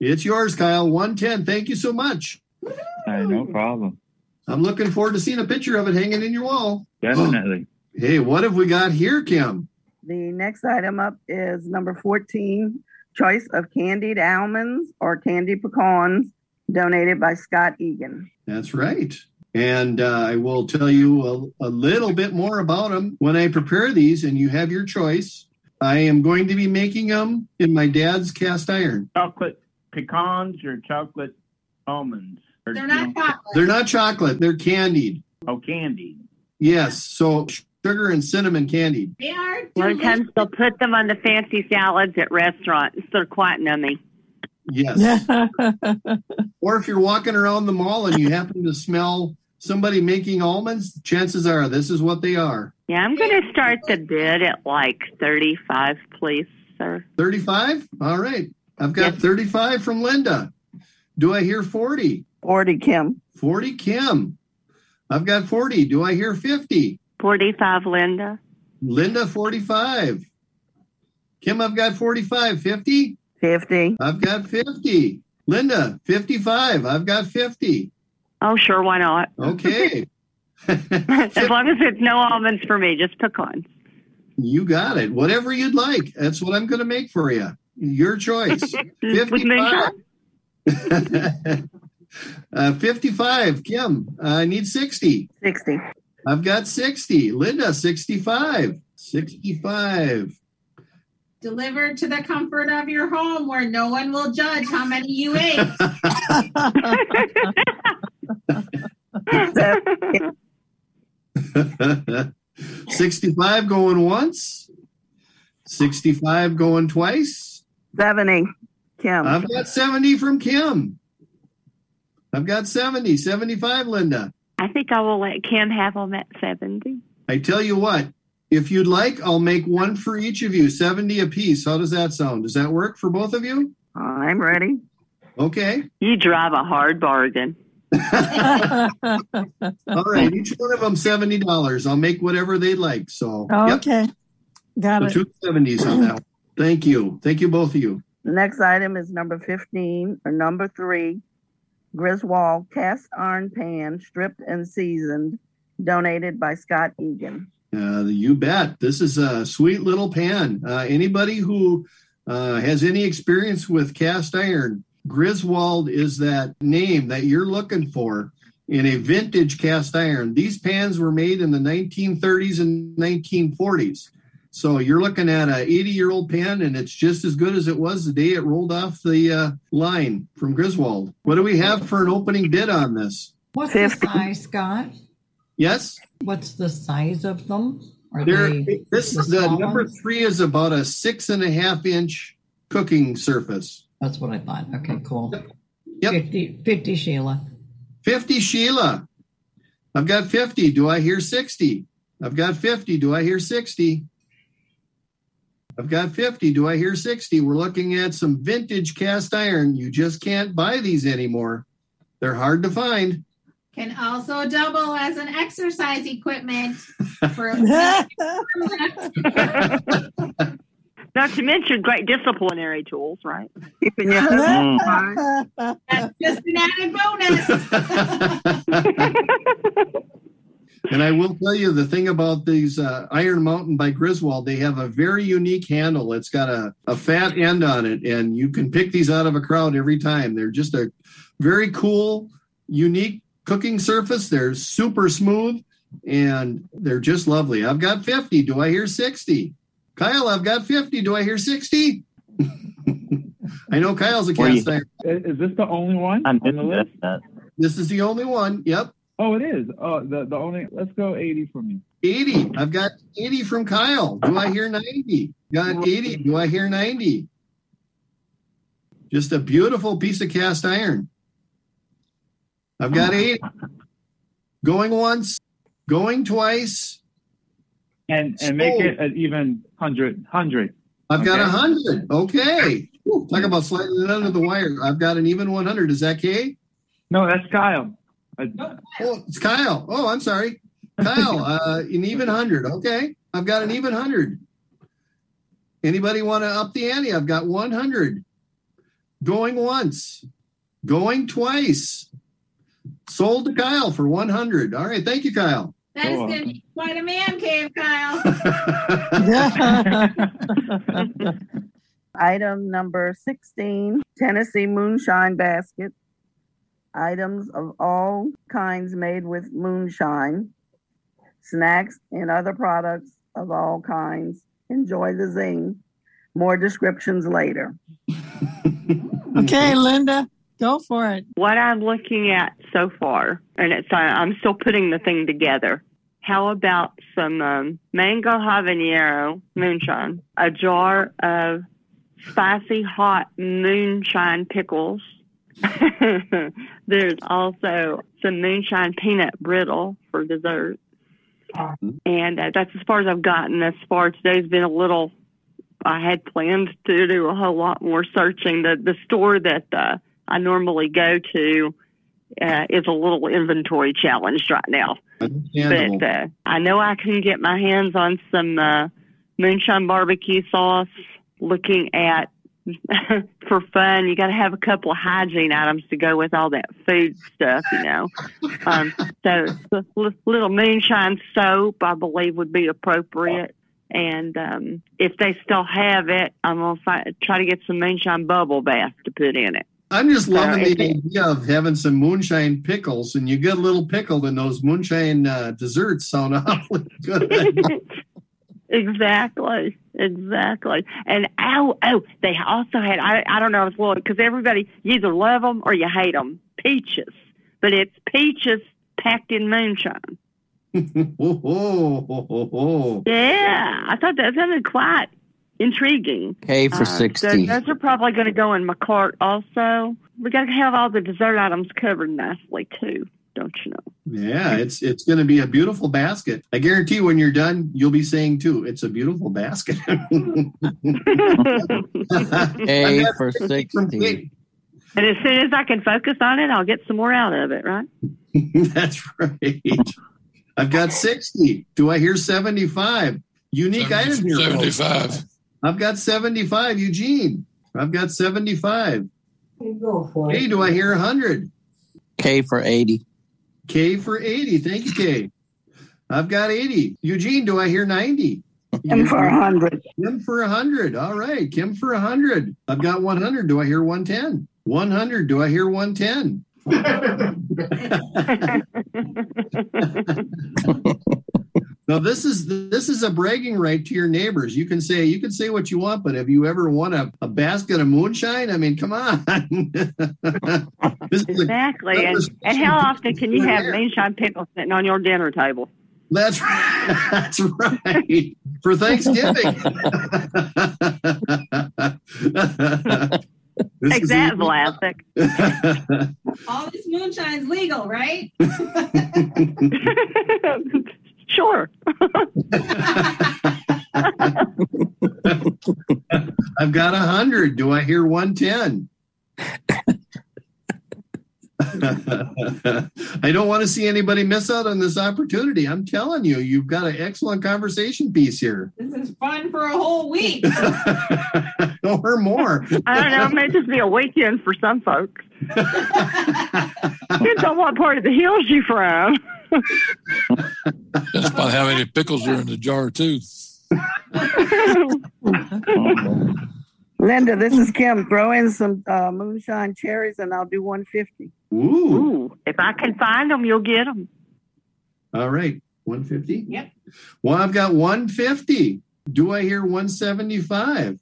S1: It's yours, Kyle. 110. Thank you so much.
S14: All right, no problem.
S1: I'm looking forward to seeing a picture of it hanging in your wall.
S14: Definitely.
S1: Hey, what have we got here, Kim?
S5: The next item up is number 14 choice of candied almonds or candy pecans donated by Scott Egan.
S1: That's right. And uh, I will tell you a, a little bit more about them when I prepare these, and you have your choice. I am going to be making them in my dad's cast iron.
S14: Chocolate pecans or chocolate almonds? Or,
S7: They're not chocolate.
S1: They're not chocolate, they're candied.
S14: Oh, candy.
S1: Yes. So sugar and cinnamon candied.
S7: They are
S4: A lot of
S7: delicious.
S4: times they'll put them on the fancy salads at restaurants. They're quite nummy.
S1: Yes. or if you're walking around the mall and you happen to smell somebody making almonds, chances are this is what they are.
S4: Yeah, I'm going to start the bid at like 35, please, sir.
S1: 35? All right. I've got 35 from Linda. Do I hear 40?
S5: 40, Kim.
S1: 40 Kim. I've got 40. Do I hear 50?
S4: 45, Linda.
S1: Linda 45. Kim, I've got 45. 50?
S5: 50.
S1: I've got 50. Linda 55. I've got 50.
S4: Oh, sure, why not?
S1: Okay.
S4: as long as it's no almonds for me, just pecans.
S1: you got it. Whatever you'd like. That's what I'm going to make for you. Your choice.
S4: With
S1: 55.
S4: moonshine?
S1: uh, 55. Kim, I need 60.
S5: 60.
S1: I've got 60. Linda 65. 65.
S7: Delivered to the comfort of your home where no one will judge how many you ate.
S5: Se-
S1: 65 going once, 65 going twice.
S5: 70, Kim.
S1: I've got 70 from Kim. I've got 70, 75, Linda.
S4: I think I will let Kim have them at 70.
S1: I tell you what, if you'd like, I'll make one for each of you, 70 apiece. How does that sound? Does that work for both of you?
S5: I'm ready.
S1: Okay.
S4: You drive a hard bargain.
S1: All right. Each one of them $70. I'll make whatever they like. So, yep.
S2: okay. Got
S1: So
S2: Oh, it.
S1: two 70s on that one. Thank you. Thank you, both of you.
S5: The next item is number 15 or number three Griswold cast iron pan, stripped and seasoned, donated by Scott Egan.
S1: Uh, you bet. This is a sweet little pan. Uh, anybody who uh, has any experience with cast iron, Griswold is that name that you're looking for in a vintage cast iron. These pans were made in the 1930s and 1940s. So you're looking at a 80 year old pan, and it's just as good as it was the day it rolled off the uh, line from Griswold. What do we have for an opening bid on this?
S15: What's
S5: Fifty.
S15: the size, Scott?
S1: Yes?
S15: What's the size of them? Are
S1: There,
S15: they
S1: this
S15: the
S1: is the
S15: small
S1: number
S15: ones?
S1: three is about a six and a half inch cooking surface.
S15: That's what I thought. Okay, cool.
S1: Yep.
S15: 50, 50 Sheila.
S1: 50 Sheila. I've got 50. Do I hear 60? I've got 50. Do I hear 60? I've got 50. Do I hear 60? We're looking at some vintage cast iron. You just can't buy these anymore. They're hard to find.
S7: Can also double as an exercise equipment for
S4: Not to mention great disciplinary tools, right?
S5: Keeping your
S2: Mm.
S5: husband fine.
S7: That's just an added bonus.
S1: And I will tell you the thing about these uh, Iron Mountain by Griswold, they have a very unique handle. It's got a, a fat end on it, and you can pick these out of a crowd every time. They're just a very cool, unique cooking surface. They're super smooth and they're just lovely. I've got 50. Do I hear 60? Kyle, I've got 50. Do I hear 60? I know Kyle's a cast iron.
S14: Is this the only one
S1: I'm
S14: on the list?
S1: This is the only one. Yep.
S14: Oh, it is. Oh, the, the only. Let's go 80 from me.
S1: 80. I've got 80 from Kyle. Do I hear 90? Got 80. Do I hear 90? Just a beautiful piece of cast iron. I've got 80. Going once, going twice.
S14: And and make it an even 100. 100.
S1: I've got
S14: Okay.
S1: a 100. Okay. Woo, Talk about sliding it under the wire. I've got an even 100. Is that Kay?
S14: No, that's Kyle.
S1: Oh, it's Kyle. Oh, I'm sorry. Kyle, uh, an even 100. Okay. I've got an even 100. Anybody want to up the ante? I've got 100. Going once, going twice. Sold to Kyle for 100. All right. Thank you, Kyle.
S7: That is going to be quite a man cave, Kyle.
S5: Item number 16, Tennessee Moonshine Basket. Items of all kinds made with moonshine. Snacks and other products of all kinds. Enjoy the zing. More descriptions later.
S2: Okay, Linda, go for it.
S4: What I'm looking at so far, and it's I- I'm still putting the thing together. How about some um, mango habanero moonshine, a jar of spicy hot moonshine pickles. There's also some moonshine peanut brittle for dessert. And uh, that's as far as I've gotten as far. Today's been a little, I had planned to do a whole lot more searching. The, the store that uh, I normally go to uh, is a little inventory challenged right now. But uh, I know I can get my hands on some uh, moonshine barbecue sauce. Looking at for fun, you got to have a couple of hygiene items to go with all that food stuff, you know. Um, so, a li- little moonshine soap, I believe, would be appropriate. And um, if they still have it, I'm gonna fi- try to get some moonshine bubble bath to put in it.
S1: I'm just
S4: So
S1: loving
S4: if
S1: the
S4: it-
S1: idea of having some moonshine pickles, and you get a little pickled, and those moonshine uh, desserts sound awfully good.
S4: Exactly, exactly. And oh, oh, they also had I, I don't know if well because everybody you either love them or you hate them. Peaches, but it's peaches packed in moonshine.
S1: oh, oh, oh, oh, oh.
S4: Yeah, I thought that sounded quite intriguing.
S10: Okay, for
S4: Uh, so
S10: 60.
S4: those are probably going to go in my cart also. We got to have all the dessert items covered nicely too, don't you know?
S1: Yeah, it's it's going to be a beautiful basket. I guarantee when you're done, you'll be saying too, "It's a beautiful basket."
S10: A
S1: I've
S10: for
S1: got
S10: 60.
S4: And as soon as I can focus on it, I'll get some more out of it, right?
S1: That's right. I've got sixty. Do I hear seventy-five? Unique item here. folks.
S6: 75.
S1: I've got seventy-five. Eugene, I've got seventy-five. Hey, do I hear hundred?
S10: K for 80.
S1: K for 80. Thank you, K. I've got 80. Eugene, do I hear 90?
S5: Kim for 100.
S1: Kim for 100. All right. Kim for 100. I've got 100. Do I hear 110? 100. Do I hear 110? now this is this is a bragging right to your neighbors. You can say you can say what you want, but have you ever won a, a basket of moonshine? I mean, come on. This is a-
S4: Exactly. And, and how often can you have moonshine pickles sitting on your dinner table?
S1: That's that's right for Thanksgiving. This
S7: Take
S1: is
S7: that,
S1: even-
S7: All this moonshine's legal, right?
S4: sure.
S1: I've got a hundred. Do I hear one ten? I don't want to see anybody miss out on this opportunity. I'm telling you, you've got an excellent conversation piece here.
S7: This is fun for a whole week.
S1: Or more.
S4: I don't know. It may just be a weekend for some folks. Depends on what part of the hills you from.
S6: That's about how many pickles are in the jar, too.
S5: Linda, this is Kim. Throw in some uh, moonshine cherries, and I'll do one fifty.
S1: Ooh.
S4: If I can find them, you'll get them.
S1: All right. 150?
S7: Yep.
S1: Well, I've got 150. Do I hear 175?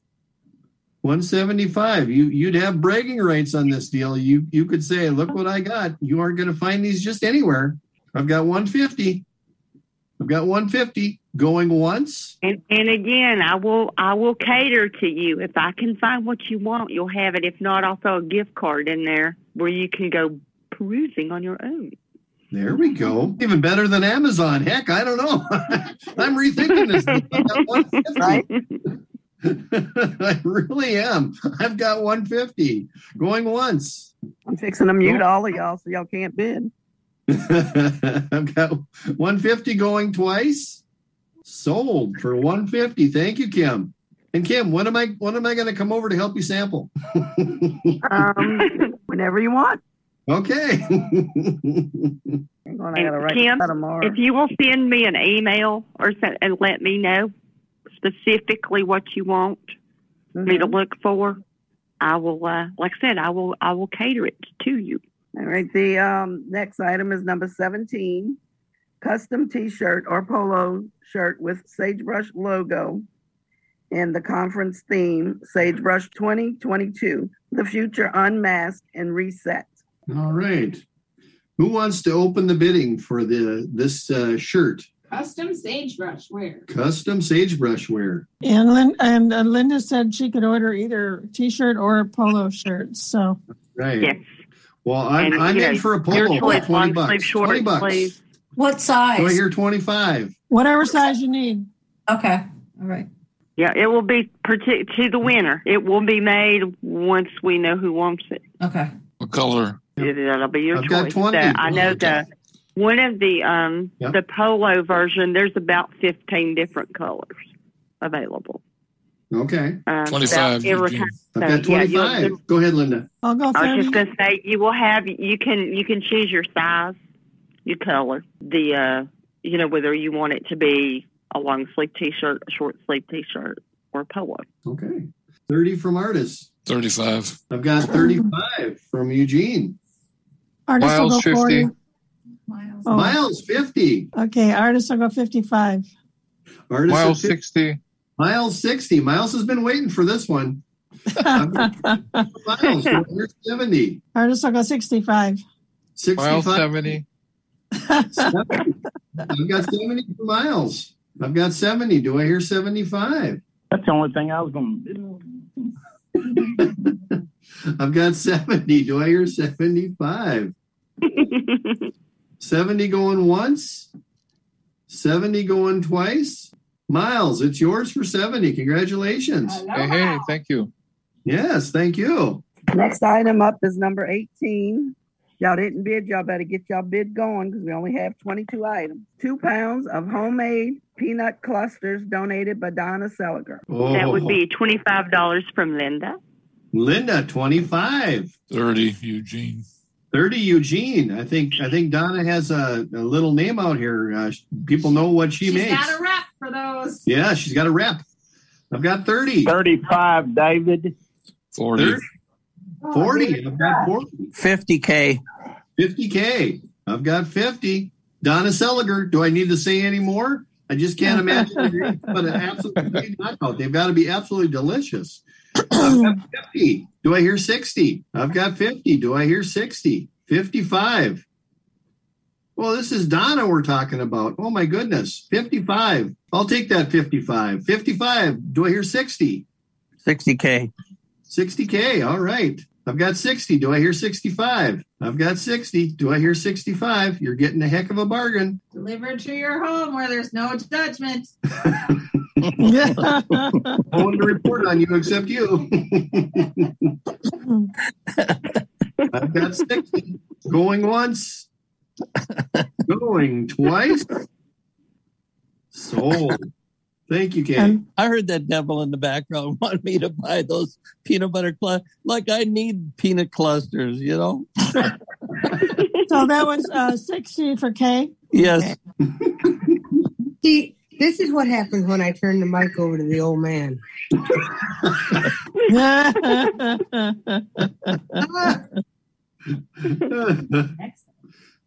S1: 175. You you'd have bragging rights on this deal. You you could say, look what I got. You aren't gonna find these just anywhere. I've got 150. I've got 150 going once.
S4: And, and again, I will I will cater to you. If I can find what you want, you'll have it. If not, I'll throw a gift card in there where you can go perusing on your own.
S1: There we go. Even better than Amazon. Heck, I don't know. I'm rethinking this. I've got 150. I really am. I've got 150 going once.
S5: I'm fixing to mute all of y'all so y'all can't bid.
S1: I've got 150 going twice. Sold for 150. Thank you, Kim. And Kim, when am I when am I going to come over to help you sample?
S5: Um, whenever you want.
S1: Okay.
S5: Hang on, I gotta
S4: And
S5: write
S4: Kim,
S5: that tomorrow.
S4: if you will send me an email or so, and let me know specifically what you want me to
S6: Mm-hmm.
S4: look for, I will. Uh, like I said, I will. I will cater it to you.
S5: All right. The um, next item is number 17 custom t shirt or polo shirt with Sagebrush logo and the conference theme Sagebrush 2022, the future unmasked and reset.
S1: All right. Who wants to open the bidding for the this uh, shirt?
S7: Custom sagebrush where?
S1: Custom sagebrush wear.
S2: And, Lin- and uh, Linda said she could order either a t-shirt or a polo shirt. So
S1: Right.
S2: Yes.
S1: Well, I'm,
S2: And,
S1: I'm
S2: you
S1: in
S2: know,
S1: for a
S2: your
S1: polo.
S2: choice,
S1: 20
S2: long
S1: bucks.
S2: sleeve short,
S1: 20 bucks.
S2: please.
S15: What size?
S1: Do I hear 25?
S2: whatever size you need.
S15: Okay. All right.
S4: Yeah, it will be parti- to the winner. It will be made once we know who wants it.
S15: Okay.
S6: What color?
S4: That'll be your
S6: I've got
S4: choice.
S6: 20.
S4: So I know the one of the um
S6: Yep.
S4: the polo version. There's about fifteen different colors available.
S1: Okay.
S4: Um, so
S1: 25,
S4: every
S1: Eugene.
S4: time-
S1: I've got
S4: so, yeah, you'll-
S1: 25. go ahead, Linda.
S2: I'll go
S4: I was just gonna say you will have you can you can choose your size, your color, the uh you know whether you want it to be a long sleeve T-shirt, a short sleeve T-shirt, or a polo.
S1: Okay. 30 from Artis.
S6: 35.
S1: I've got 35 from Eugene.
S2: Artist will go 40. Oh.
S1: Miles 50.
S2: Okay, artist will go 55.
S1: Artis
S16: Miles
S1: 60. Miles 60. Miles has been waiting for this one. I've got Miles, you're 70.
S2: Artist will go 65.
S1: 65.
S16: 70.
S1: I've got 70 from Miles. I've got 70. Do I hear 75?
S14: That's the only thing I was going to do.
S1: I've got 70. Do I hear 75? 70 going once, 70 going twice. Miles, it's yours for 70. Congratulations.
S16: Hey, hey, thank you.
S1: Yes, thank you.
S5: Next item up is number 18. Y'all didn't bid. Y'all better get y'all bid going because we only have 22 items. Two pounds of homemade peanut clusters donated by Donna Seliger.
S4: That would be twenty five dollars from Linda.
S1: Oh, Linda, 25.
S6: 30, Eugene.
S1: 30 Eugene. I think I think Donna has a, a little name out here. Uh, sh- people know what she
S7: She's
S1: makes.
S7: got a wrap for those.
S1: yeah, she's got a rep. I've got 30.
S14: 35, David.
S6: 40.
S13: Oh,
S1: 40. I've got 40.
S10: 50K.
S1: 50K. I've got 50. Donna Seliger. Do I need to say any more? I just can't imagine. what it is, but an absolute great knockout. They've got to be absolutely delicious. I've got 50. Do I hear 60? I've got 50. Do I hear 60? 55. Well, this is Donna we're talking about. Oh my goodness. 55. I'll take that 55. 55. Do I hear 60?
S10: 60K.
S1: 60K. All right. I've got 60. Do I hear 65? I've got 60. Do I hear 65? You're getting a heck of a bargain.
S7: Delivered to your home where there's no judgment.
S1: no one to report on you except you. I've got 60. Going once, going twice. Sold. Thank you, Kate.
S10: I heard that devil in the background wanted me to buy those peanut butter clusters. Like I need peanut clusters, you know?
S2: So that was uh, 60 for Kay.
S10: Yes.
S13: See, this is what happens when I turn the mic over to the old man.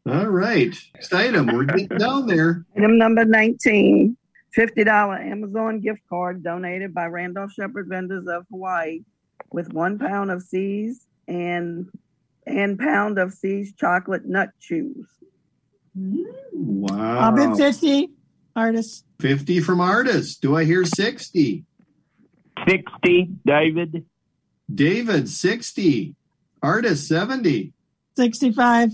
S1: All right. Next item. We're getting down there.
S5: Item number 19, $50 Amazon gift card donated by Randolph Shepherd Vendors of Hawaii with one pound of C's and and pound of C's chocolate nut chews.
S1: Wow.
S2: I'll bid 50. Artist.
S1: 50 from artists. Do I hear 60?
S14: 60, David.
S1: David, 60. Artist, 70.
S2: 65.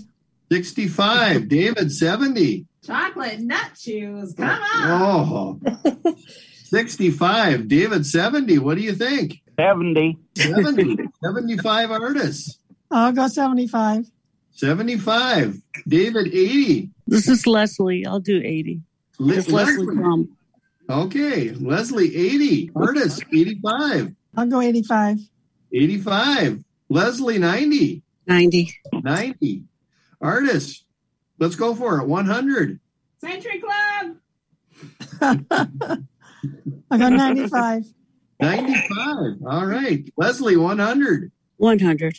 S1: 65. David, 70.
S7: Chocolate nut chews. Come on.
S1: Oh. 65. David, 70. What do you think?
S14: 70.
S1: 70. 75 artists.
S2: I'll go 75.
S1: 75. David, 80.
S11: This is Leslie. I'll do 80.
S1: Le-
S11: It's Leslie Crumb.
S1: Okay. Leslie, 80. Artists, 85.
S2: I'll go 85.
S1: 85. Leslie, 90.
S11: 90.
S1: 90. Artists, let's go for it. 100.
S7: Century Club.
S2: I'll go 95.
S1: 95. All right. Leslie, 100.
S11: 100.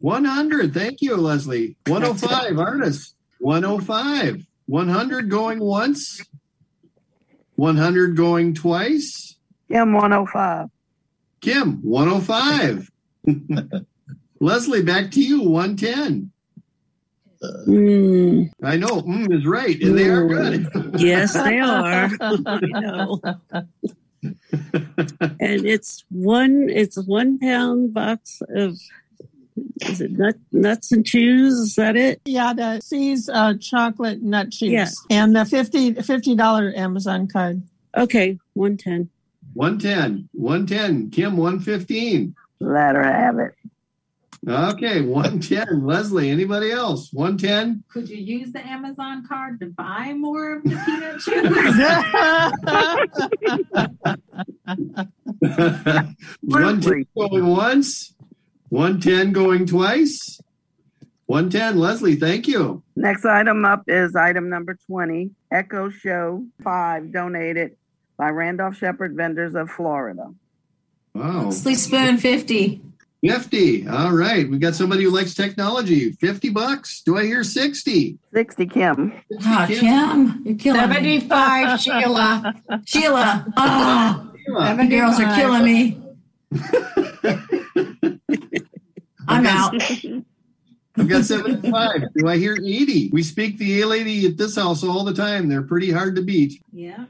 S1: 100. Thank you, Leslie. 105. Artists, 105. 100 going once. 100 going twice.
S5: Kim 105.
S1: Kim, 105. Leslie, back to you, 110.
S11: Mm,
S1: I know, mm is right, and they are good.
S11: yes, they are. You know. and it's one. It's one pound box of. Is it nut, nuts and chews? Is that it?
S2: Yeah, the C's uh, chocolate nut chews.
S11: Yeah.
S2: And the 50 $50 Amazon card.
S11: Okay, one ten.
S1: 110, 110. Kim, 115.
S5: Let her have it.
S1: Okay, 110. Leslie, anybody else? 110?
S7: Could you use the Amazon card to buy more of the peanut chews?
S1: One ten going once, one ten going twice, one ten. Leslie, thank you.
S5: Next item up is item number 20, Echo Show 5, donated by Randolph Shepherd Vendors of Florida.
S1: Wow,
S15: Sleep spoon fifty.
S1: fifty. All right, we got somebody who likes technology. Fifty bucks. Do I hear sixty?
S5: 60 Kim.
S7: Ah,
S15: Oh, Kim, you're killing me.
S7: 75, Sheila.
S15: Sheila, oh,
S1: Sheila,
S15: you girls are killing me. I'm out.
S1: I've got seventy-five. Do I hear eighty? We speak the A lady at this house all the time. They're pretty hard to beat.
S7: Yeah.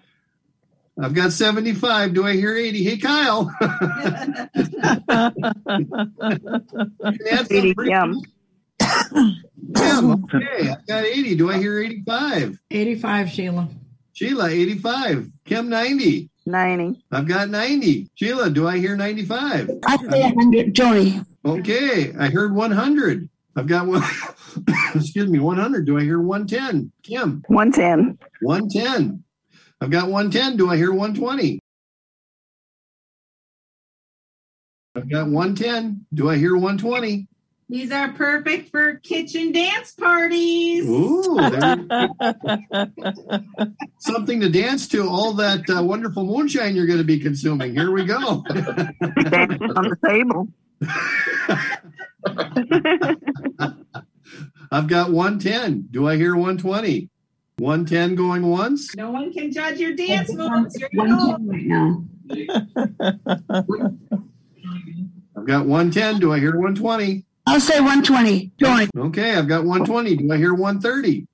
S1: I've got seventy-five. Do I hear eighty? Hey, Kyle. That's
S5: 80
S1: pretty-
S5: Kim.
S1: Kim, okay, I've got 80. Do I hear 85?
S15: 85, Sheila.
S1: Sheila, 85. Kim, 90.
S5: 90.
S1: I've got 90. Sheila, do I hear 95?
S11: I say hundred. Joni.
S1: Okay, I heard 100. I've got one. excuse me, 100. Do I hear 110? Kim,
S5: 110.
S1: 110. I've got 110. Do I hear 120? I've got 110. Do I hear 120?
S7: These are perfect for kitchen dance parties.
S1: Ooh, there, something to dance to. All that uh, wonderful moonshine you're going to be consuming. Here we go.
S5: Dance on the table.
S1: I've got 110. Do I hear 120? 110 going once,
S7: No one can judge
S2: Oh,
S7: your dance moves. You're
S11: One
S7: old.
S11: ten right now.
S1: I've got 110. Do I hear 120?
S11: I'll say one twenty. Joni.
S1: Okay, I've got 120. Do I hear 130?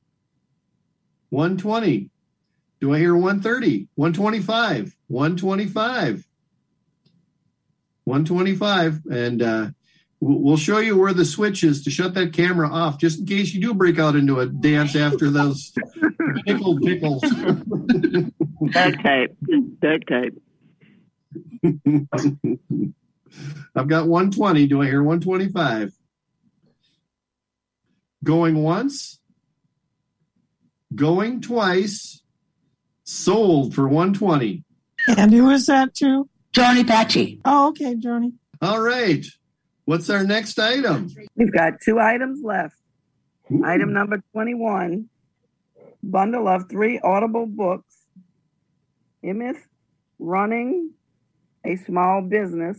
S1: 120. Do I hear 130? 125. 125. 125. And uh, w- we'll show you where the switch is to shut that camera off, just in case you do break out into a dance after those pickled pickles.
S5: Duct tape. Duct tape.
S1: I've got 120. Do I hear 125? Going once, going twice, sold for 120.
S2: And who is that to?
S1: Johnny Patchy.
S2: Oh, okay, Johnny.
S1: All right. What's our next item?
S5: We've got two items left. Item number 21 bundle of three audible books Emith Running a Small Business,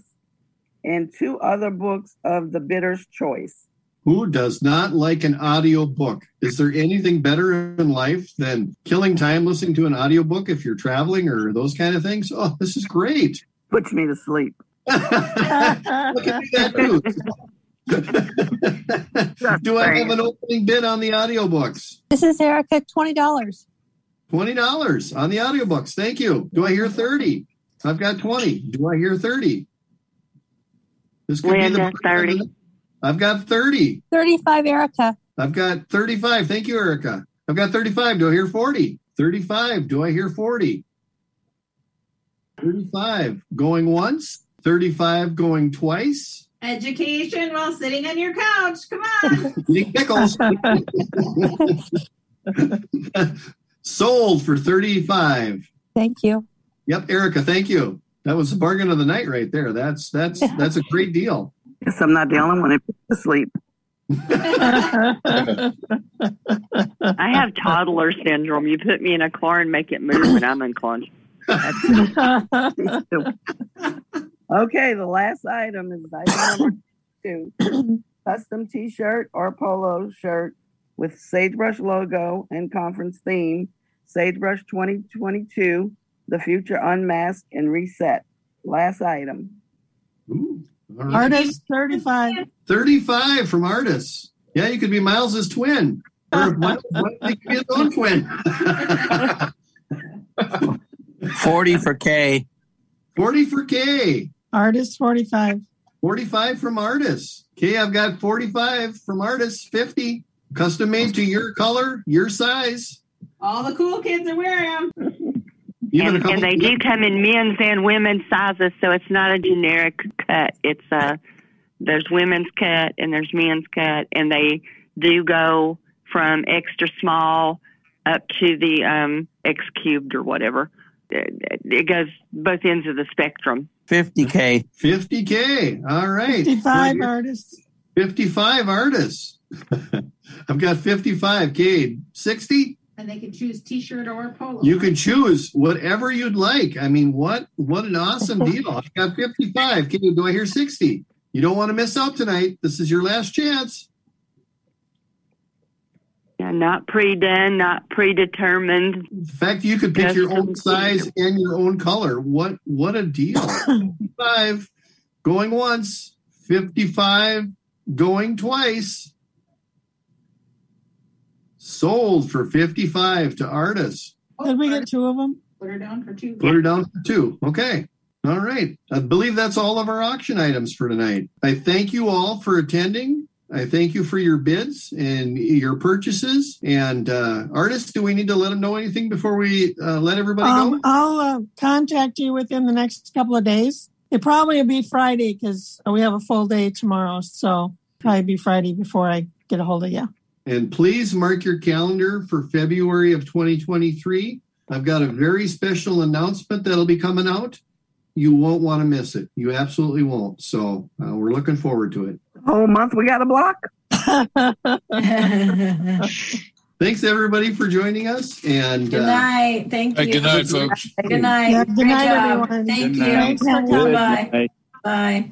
S5: and two other books of The Bidder's Choice.
S1: Who does not like an audiobook? Is there anything better in life than killing time listening to an audiobook if you're traveling or those kind of things? Oh, this is great.
S5: Puts me to sleep.
S1: Do I have an opening bid on the audiobooks?
S16: This is Erica, $20.
S1: $20 on the audiobooks. Thank you. Do I hear 30? I've got 20. Do I hear 30? This could be
S4: Leanne
S1: the
S4: got 30.
S1: I've got 30.
S16: 35 Erica.
S1: I've got 35. Thank you, Erica. I've got 35. Do I hear 40? 35. Do I hear 40? 35 going once, 35 going twice.
S7: Education while sitting on your couch. Come on.
S1: Eating pickles. Sold for 35.
S16: Thank you.
S1: Yep, Erica, thank you. That was the bargain of the night right there. That's that's that's a great deal.
S5: Guess I'm not the only one that puts to sleep.
S4: I have toddler syndrome. You put me in a car and make it move, and I'm unconscious.
S5: Okay, the last item is item number two custom t shirt or polo shirt with Sagebrush logo and conference theme Sagebrush 2022 The Future Unmasked and Reset. Last item.
S1: All right.
S2: Artist 35.
S1: 35 from Artis. Yeah, you could be Miles's twin. Or if Miles wanted, he could be his own twin.
S10: 40 for K.
S1: 40 for K.
S2: Artist 45.
S1: 45 from Artis. Okay, I've got 45 from Artis, 50. Custom made to your color, your size.
S7: All the cool kids are wearing them.
S1: Even a
S4: and,
S1: couple-
S4: and they do come in men's and women's sizes, so it's not a generic cut. It's a there's women's cut and there's men's cut, and they do go from extra small up to the um, X cubed or whatever. It, it goes both ends of the spectrum.
S10: 50K.
S1: 50K. All right.
S2: 55 artists.
S1: 55 artists. I've got 55. K. 60?
S7: And they can choose t-shirt or polo.
S1: You can choose whatever you'd like. I mean, what what an awesome deal! I've got fifty five. Can you do I hear sixty? You don't want to miss out tonight. This is your last chance.
S4: Yeah, not pre-done, not predetermined.
S1: In fact, you could pick your own size and your own color. What what a deal! five going once, fifty five going twice. Sold for fifty five to artists.
S7: Oh,
S2: Did we get two of them?
S7: Put her down for two.
S1: Put her down for two. Okay. All right. I believe that's all of our auction items for tonight. I thank you all for attending. I thank you for your bids and your purchases. And uh, artists, do we need to let them know anything before we uh, let everybody
S2: Um,
S1: go?
S2: I'll uh, contact you within the next couple of days. It probably will be Friday because we have a full day tomorrow. So probably be Friday before I get a hold of you.
S1: And please mark your calendar for February of 2023. I've got a very special announcement that'll be coming out. You won't want to miss it. You absolutely won't. So uh, we're looking forward to it.
S5: Whole month we got a block.
S1: Thanks everybody for joining us. And
S15: Good
S1: uh,
S15: night. Thank
S1: Hey,
S15: you.
S1: good night, folks.
S15: Good night.
S2: Yeah, good
S15: Great
S2: night,
S15: job.
S2: everyone.
S15: Thank
S2: Good
S15: you.
S2: night.
S15: Thanks for coming by. Bye.